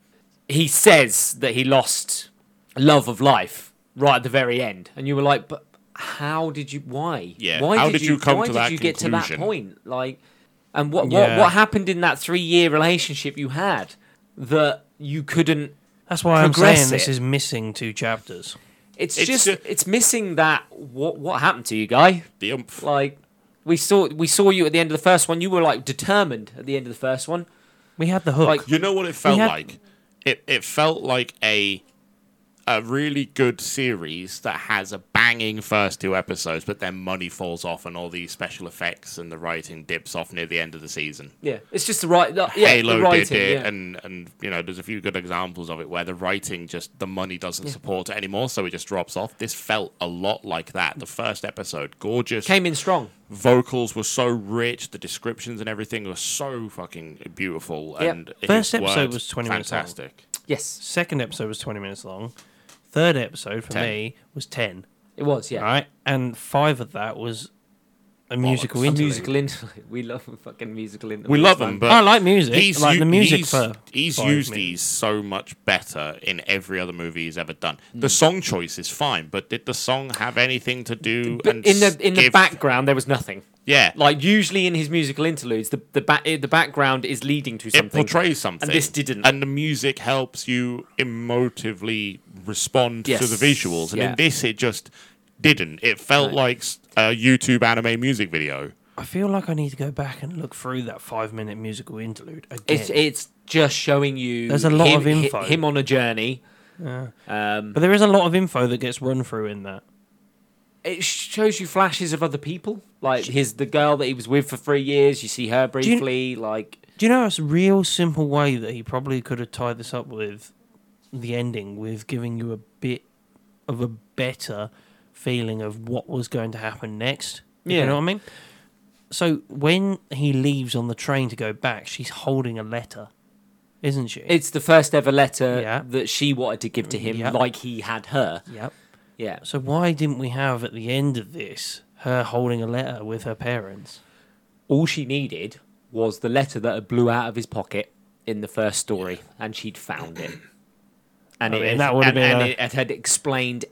He says that he lost love of life right at the very end, and you were like, "But how did you? Why?
Yeah,
Why
how did you come
why
to
did
that
you get to that
conclusion?
point? Like, and what
Yeah.
what what happened in that three year relationship you had that you couldn't
That's why I'm
progress
saying this
it.
is missing two chapters.
It's,
It's
just
ju-
it's missing that what what happened to you, guy?
The oomph.
Like we saw we saw you at the end of the first one. You were like determined at the end of the first one.
We had the hook.
Like-
You know what it felt
had-
like? It it felt like a a really good series that has a banging first two episodes, but then money falls off and all these special effects and the writing dips off near the end of the season.
Yeah, it's just the right. The, yeah,
Halo
the writing,
did it,
yeah.
and and you know, there's a few good examples of it where the writing just the money doesn't support it anymore, so it just drops off. This felt a lot like that. The first episode, gorgeous,
came in strong.
vocals were so rich, the descriptions and everything were so fucking beautiful.
Yep.
And his
First episode
words,
was 20 minutes long.
fantastic.
Yes,
Second episode was 20 minutes long. Third episode for me was 10.
it was. Yeah,
Right? And five of that was a musical
A
a
interlude.
musical interlude. We love a fucking musical interlude.
We love them, but
I like music. like
u-
the music
he's,
for
he's
five
used
minutes.
these so much better in every other movie he's ever done. The
Mm.
song choice is fine, but did the song have anything to do?
But
and
in the
s-
in the
give-
background there was nothing.
yeah,
Like usually in his musical interludes, the the back the background is leading to
it
something.
portrays something,
this didn't.
And the music helps you emotively respond to the
Yes,
visuals, and
yeah.
in this, it just didn't. It felt like s- a YouTube anime music video.
I feel like I need to go back and look through that five minute musical interlude again.
It's it's just showing you.
There's a lot
him,
of info.
Him on a journey. Um,
but there is a lot of info that gets run through in that.
it shows you flashes of other people. Like his the girl that he was with for three years. You see her
you-
briefly. like
Do you know a real simple way that he probably could have tied this up with the ending with giving you a bit of a better feeling of what was going to happen next?
Yeah.
You know what I mean? So when he leaves on the train to go back, she's holding a letter. isn't she?
It's the first ever letter
Yeah.
that she wanted to give to him,
Yeah.
like he had her.
yep.
Yeah.
So why didn't we have at the end of this her holding a letter with her parents?
All she needed was the letter that blew out of his pocket in the first story, and she'd found it. And
I mean,
it,
that would've
and-
been
and
a-
it, it had explained.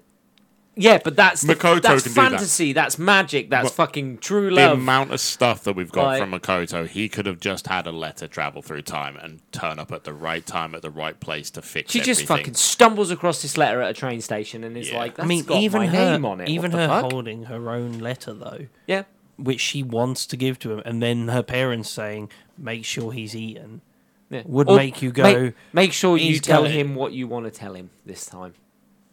Yeah, but that's the,
Makoto
that's
can do that.
fantasy. That's magic. That's
Well,
fucking true
The
love.
amount of stuff that we've got
Like-
from Makoto, he could have just had a letter travel through time and turn up at the right time at the right place to fix
she just
everything.
fucking stumbles across this letter at a train station and is
Yeah.
like,
I
"That's
I mean,
got
even
my
her,
name on it."
even
what the
her
fuck?
holding her own letter though,
yeah,
which she wants to give to him, and then her parents saying, "Make sure he's eaten."
yeah.
would make you
Make,
go,
make sure you
"He's
tell
got it."
him what you want to tell him this time.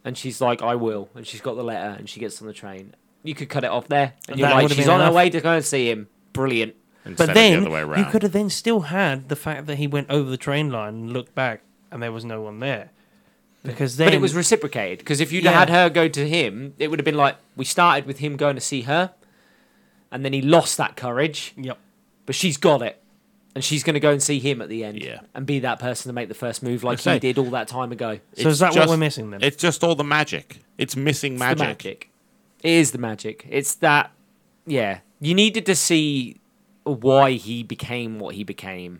And she's like, "I will." And she's got the letter, and she gets on the train. You could cut it off there, and
And
you're
that
like,
would've
"She's
been
on her
enough.
way to go and see him." Brilliant.
Instead
but
of
then
the other way around.
you could have then still had the fact that he went over the train line and looked back, and there was no one there, because then
but it was reciprocated because if you'd
Yeah.
had her go to him, it would have been like we started with him going to see her, and then he lost that courage.
yep.
but she's got it. And she's going to go and see him at the end
Yeah.
and be that person to make the first move like
say-
he did all that time ago.
So is that what
just-
we're missing then?
It's just all the magic. It's missing
It's
magic.
the magic. It is the magic. It's that, yeah. You needed to see why he became what he became.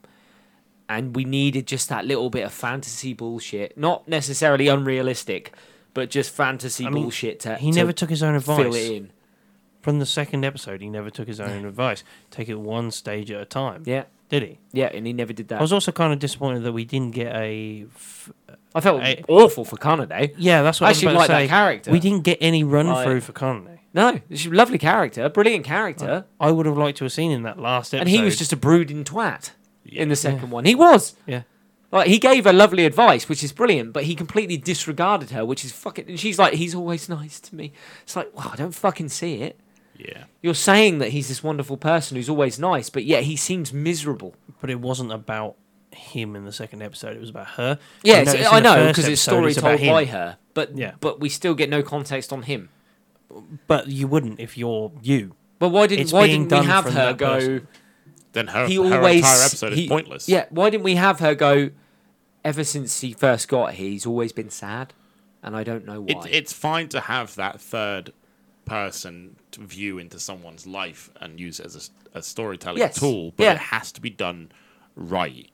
And we needed just that little bit of fantasy bullshit. Not necessarily unrealistic, but just fantasy
I mean,
bullshit to,
he
to
never took his own
fill it
advice
in.
from the second episode. He never took his own advice. Take it one stage at a time.
Yeah.
Did he?
Yeah, and he never did that.
I was also kind of disappointed that we didn't get a. F-
I felt
I-
awful for Kanade.
yeah, that's what
I
I was
actually
about
like
to say.
that character.
We didn't get any run
Like-
through for Conley.
No, she's a lovely character, brilliant character.
I would have liked to have seen in that last episode.
and he was just a brooding twat in the second one. He was
yeah.
like he gave her lovely advice, which is brilliant, but he completely disregarded her, which is fucking. And she's like, he's always nice to me. It's like, wow, I don't fucking see it.
Yeah.
You're saying that he's this wonderful person who's always nice, but yet he seems miserable.
But it wasn't about him in the second episode. It was about her.
Yeah,
You
it's-
notice in
I
the
know
first
because it's
episode,
story
about
told by
him.
her, but
Yeah.
but we still get no context on him.
But you wouldn't if you're you.
But why didn't
It's
why
being
didn't we
done
have
from
her
that
go?
person.
Then her,
he
her
always
entire episode
he-
is pointless.
Yeah, why didn't we have her go? Ever since he first got here, he's always been sad, and I don't know
It,
why.
it's fine to have that third person to view into someone's life and use it as a s- a, storytelling
Yes.
tool, but
Yeah.
it has to be done right.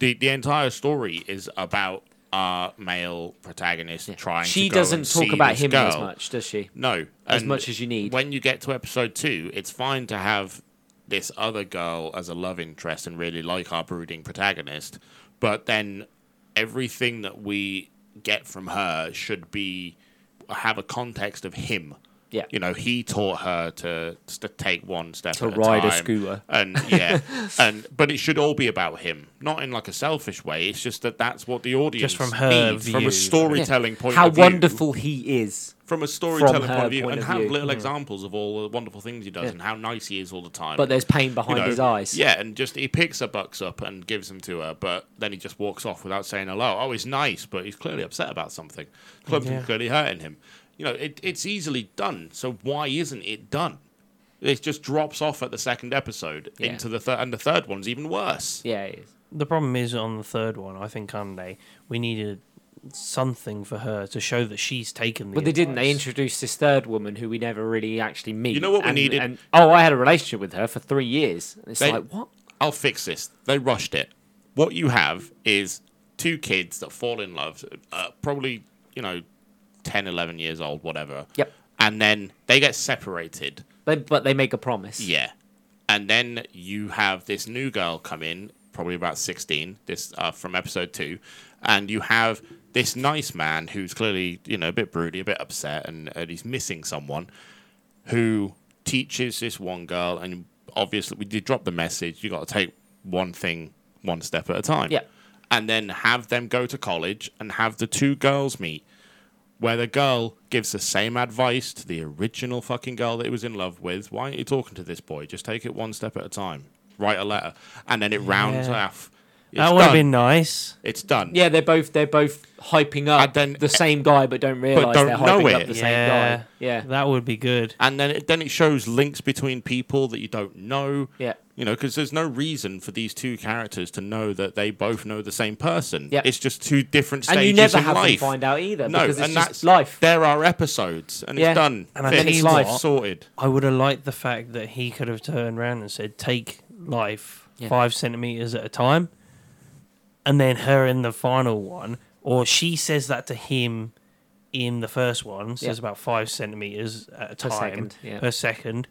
The the entire story is about our male protagonist trying
she
to go
doesn't
and
talk
see
about
this
him as
girl.
much, does she?
No.
As
and
much as you need.
When you get to episode two, it's fine to have this other girl as a love interest and really like our brooding protagonist, but then everything that we get from her should be have a context of him.
Yeah.
You know, he taught her to, to take one step
To
at
ride a
time.
scooter.
And
<laughs>
yeah. and but it should all be about him, not in like a selfish way. It's just that that's what the audience
from her
needs, from
view.
a storytelling point
How
of view
wonderful he is.
from a
her
storytelling point of view
point
and
of
have
view. Mm-hmm.
little examples of all the wonderful things he does
Yeah.
and how nice he is all the time.
But there's pain
You
behind
know,
his eyes.
Yeah, and just he picks her bucks up and gives them to her, but then he just walks off without saying hello. Oh, he's nice, but he's clearly upset about something. Something
Yeah.
clearly hurting him. You know, it, it's easily done. So why isn't it done? It just drops off at the second episode
Yeah.
into the third, and the third one's even worse.
yeah, it is.
The problem is on the third one. I think Conde, we needed something for her to show that she's taken the.
But they didn't. They
advice.
introduced this third woman who we never really actually meet.
You know what we
and-
needed?
And, oh, I had a relationship with her for three years. And It's
They-
like what?
I'll fix this. They rushed it. What you have is two kids that fall in love, uh, probably, you know, 10, 11 years old, whatever.
Yep.
And then they get separated.
They, but they make a promise.
Yeah. And then you have this new girl come in, probably about 16, this uh, from episode two. And you have this nice man who's clearly, you know, a bit broody, a bit upset, and, and he's missing someone who teaches this one girl. And obviously, we did drop the message you got to take one thing one step at a time.
Yeah.
And then have them go to college and have the two girls meet where the girl gives the same advice to the original fucking girl that he was in love with. Why aren't you talking to this boy? Just take it one step at a time. Write a letter. And then it rounds
Yeah.
off It's
That would have
done.
been nice.
It's done.
Yeah, they're both they're both hyping up
And then-
the same guy, but don't realize
don't
they're
know
hyping up
it.
the
yeah,
same guy. Yeah,
that would be good.
And then it, then it shows links between people that you don't know.
Yeah.
You know, because there's no reason for these two characters to know that they both know the same person.
Yep.
It's just two different stages
and you never
in
have to
life.
find out either
no,
because it's
and
just
that's
life.
There are episodes, and
Yeah.
it's done.
And I
Fixed.
tell you
Then it's
what-
sorted.
I would have liked the fact that he could have turned around and said, "Take life
Yeah.
five centimeters at a time," and then her in the final one, or she says that to him in the first one,
Yeah.
says about five centimeters at
Per
a time
second, yeah.
per second,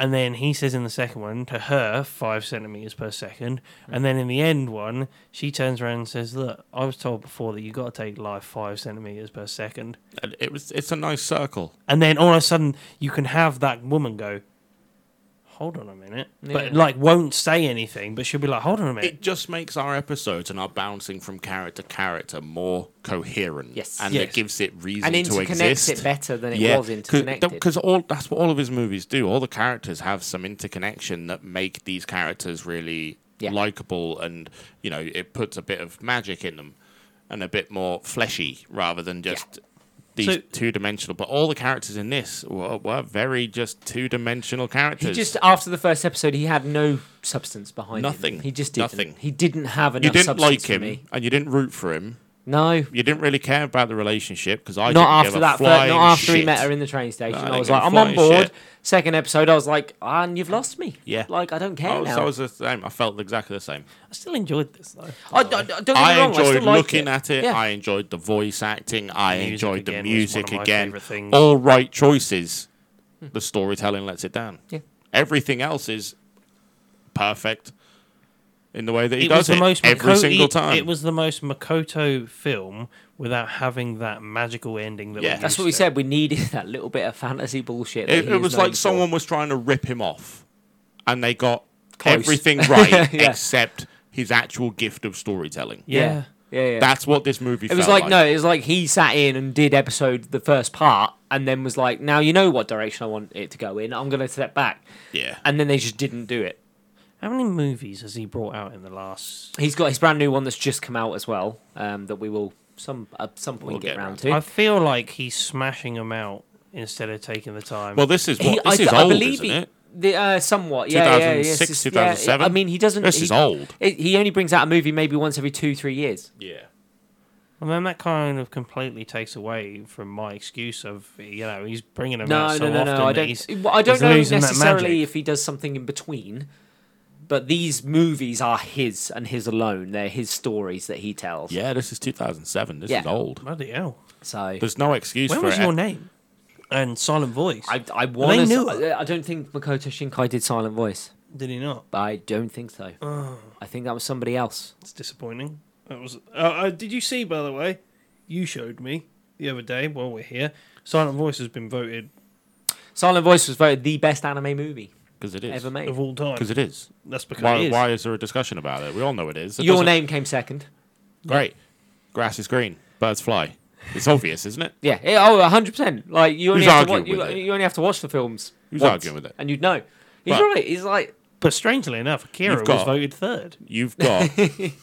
and then he says in the second one to her five centimeters per second,
Hmm.
and then in the end one, she turns around and says, "Look, I was told before that you got to take life five centimeters per second.
And It was. It's a nice circle.
And then all of a sudden, you can have that woman go, "Hold on a minute," but
Yeah.
like won't say anything, but she'll be like, "Hold on a minute."
It just makes our episodes and our bouncing from character to character more coherent.
Yes.
And
Yes.
it gives it reason
and
to
interconnects
exist.
it better than it was interconnected.
because all that's what all of his movies do. All the characters have some interconnection that make these characters really
Yeah.
likable, and you know it puts a bit of magic in them and a bit more fleshy rather than just these
So-
two dimensional. But all the characters in this were, were very just two dimensional characters.
He just after the first episode, he had no substance behind him.
Nothing.
He just didn't.
Nothing.
He didn't have enough.
you didn't
substance
like
for
him,
me.
and you didn't root for him.
No,
You didn't really care about the relationship because
not
I didn't give
after
a
that. First,
flying
not after he
shit.
met her in the train station.
No, I
I
didn't
was
give a
like, I'm on
flying
board.
shit.
Second episode, I was like, "Ah, and you've lost me.
Yeah.
like I don't care
I was,
now.
I was the same. I felt exactly the same.
I still enjoyed this though.
I, I- don't get me
I
wrong, I
enjoyed
still like
looking
it.
at it.
Yeah.
I enjoyed the voice acting. I
Music
enjoyed the
again was one
music
of my
again.
favourite things.
All right choices. The storytelling lets it down.
Yeah.
Everything else is perfect in the way that he
it
does
was the
it
most
every
Makoto-
single
it-
time.
It was the most Makoto film without having that magical ending. That
Yeah.
we
That's what we said. We needed <laughs> that little bit of fantasy bullshit. that
It,
he
it
is
was
known
like
for.
someone was trying to rip him off, and they got
Close. <laughs>
everything right
Yeah.
except his actual gift of storytelling.
Yeah.
yeah, yeah.
That's what this movie.
It was
felt
like, no, it was like he sat in and did episode the first part, and then was like, now you know what direction I want it to go in. I'm gonna step back,
Yeah.
and then they just didn't do it.
How many movies has he brought out in the last?
He's got his brand new one that's just come out as well. Um, that we will some at some point
We'll
get,
get
round
round
to.
I feel like he's smashing them out instead of taking the time.
Well, this is what this
th-
is old, isn't
he-
it?
The, uh, somewhat, yeah, yeah, yeah, yes,
2006,
it's- yeah,
2007?
I mean, he doesn't.
This
he,
is old.
it- he only brings out a movie maybe once every two, three years.
Yeah.
And then that kind of completely takes away from my excuse of you know he's bringing them
No,
out so
no, no,
often.
no. I
that he's-
don't. well, I
he's
don't know
losing that
necessarily
magic.
if he does something in between, but these movies are his and his alone. They're his stories that he tells.
Yeah, this is 2007. This
Yeah.
is old.
Bloody hell!
So
There's no excuse
When
for
was
it.
your name? And silent voice.
I, I want
knew
to. I don't think Makoto Shinkai did silent voice.
Did he not?
I don't think so. I think that was somebody else.
It's disappointing. That was. Uh, uh, did you see, by the way? You showed me the other day while we're here. Silent Voice has been voted
Silent Voice was voted the best anime movie
Because it is.
ever made.
of all time.
Because it is.
That's because
Why,
it is.
why is there a discussion about it? We all know it is. It
Your
doesn't-
name came second.
Great. Grass is green. Birds fly. It's obvious, isn't it?
Yeah. yeah, oh, 100%. Like, you only,
Who's
have to, wa-
arguing
you,
with it?
you only have to watch the films.
Who's
once,
arguing with it?
And you'd know. He's
But-
right. He's like,
But strangely enough, Akira
You've
was
got-
voted third.
<laughs>
You've got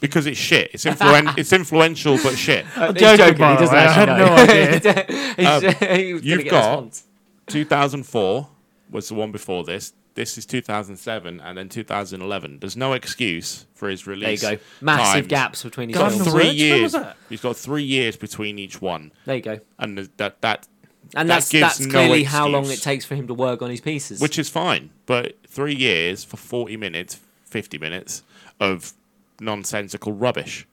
because it's shit. It's influen- It's influential, but shit.
I'm
joking, by the way, I had no
<laughs>
Um, you've got- 2004 was the one before this. This is 2007, and then 2011. There's no excuse for his
There you
release.
go. Massive
times.
gaps between his
Gone
films.
the
Three
Words? When was
years.
that?
He's got three years between each one,
There you go.
and th- that that
And
That
that's,
gives
that's
no
clearly how long it
excuse.
takes for him to work on his pieces.
which is fine. But three years for 40 minutes, 50 minutes of nonsensical rubbish,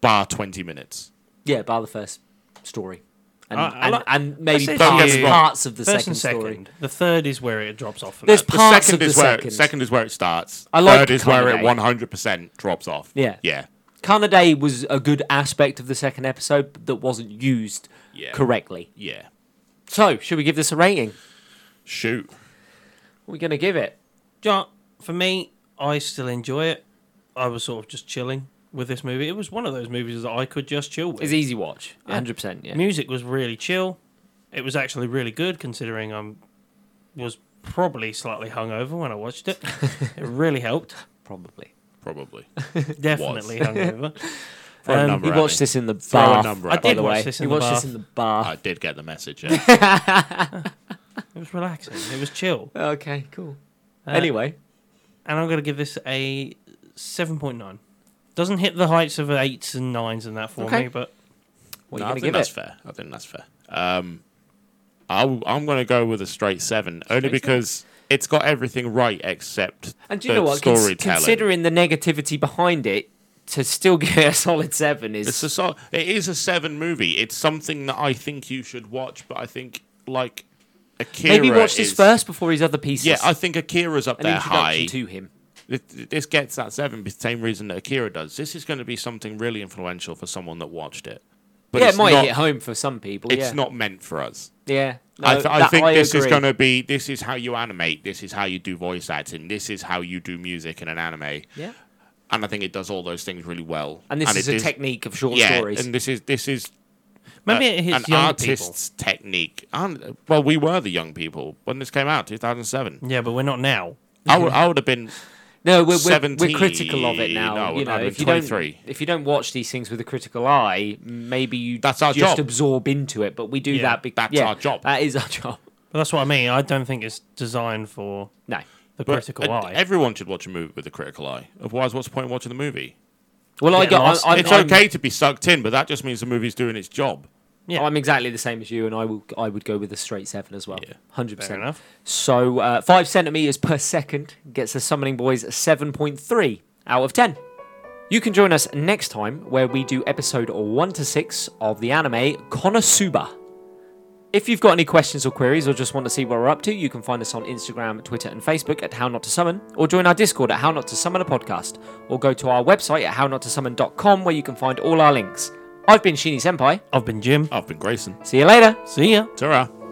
bar 20 minutes.
Yeah, bar the first story. And,
I- I
and,
like-
and
I
maybe
said
parts,
to you-
parts of the
First
second,
and second.
story.
The third is where it drops off. for
There's
that.
The
parts
second
of the
is where
second.
second is where it starts.
I like
Third is where it
Kanade.
100% drops off.
Yeah.
yeah.
Kanade was a good aspect of the second episode but that wasn't used
Yeah.
correctly.
Yeah.
So, should we give this a rating?
Shoot.
What are we going to give it?
John, for me, I still enjoy it. I was sort of just chilling with this movie. It was one of those movies that I could just chill with.
It's easy watch. 100%. Yeah.
Music was really chill. It was actually really good considering I am was probably slightly hungover when I watched it. it really helped.
Probably. <laughs>
probably.
Definitely hungover.
Throw a
Um,
number
He
at
watched
me.
this in the
Throw a
bar.
number
I
at me.
By
did
the
watch
way,
this
he
in the
watched this
bath.
in the bar.
I did get the
<laughs>
message. Yeah.
It was relaxing. It was chill.
Okay, cool.
Uh,
anyway,
and I'm going to give this a 7.9. Doesn't hit the heights of eights and nines and that for
Okay.
me, but
what
No,
are
I
you going
think
to
that's
give it?
fair. I think that's fair. Um, I'll, I'm going to go with a straight seven, only because it it's got everything right except
And do you
the
know what? Cons-
storytelling.
considering the negativity behind it, to still <laughs> give it a solid seven is
It's a so- it is a seven movie. It's something that I think you should watch, but I think like Akira.
maybe watch this
is-
first before his other pieces.
Yeah, I think Akira's up
an
there
introduction
high.
to him.
Th- This gets that seven, but same reason that Akira does. This is going to be something really influential for someone that watched it. But
yeah, it
it's
might
not,
hit home for some people.
It's
yeah.
not meant for us.
Yeah, no,
I, th- I
that
think this is
agree.
going to be. This is how you animate. This is how you do voice acting. This is how you do music in an anime.
Yeah,
And I think it does all those things really well.
and this is a
it
technique of short
Yeah,
stories.
and this is this is
maybe
uh,
it hits
an
young
artist's technique. And well, we were the young people when this came out,
<laughs>
2007.
people. Yeah, but we're not now.
I would, I would have been.
no, we're, we're, we're
17,
critical of it now.
no,
you know,
no,
if you
23.
don't if you don't watch these things with a critical eye, maybe you
That's our
just
job.
absorb into it. But we do
Yeah,
that because
that's our job.
That is our <laughs> job.
But that's what I mean. I don't think it's designed for
No,
the
but
critical
uh,
eye.
Everyone should watch a movie with a critical eye. Otherwise, what's the point in watching the movie?
well, I
Yeah,
got.
last-
I, I,
it's
I'm,
okay to be sucked in, but that just means the movie's doing its job.
Yeah.
I'm exactly the same as you, and I will. I would go with a straight seven as well.
Yeah.
Hundred
Fair
percent.
enough.
So uh, five centimeters per second gets the Summoning Boys seven point three out of ten. You can join us next time where we do episode one to six of the anime Konosuba. If you've got any questions or queries or just want to see what we're up to, you can find us on Instagram, Twitter, and Facebook at How Not to Summon, or join our Discord at How Not to Summon a Podcast, or go to our website at hownotosummon.com where you can find all our links. I've been Shini Senpai.
I've been Jim.
I've been Grayson.
See you later.
See ya.
ta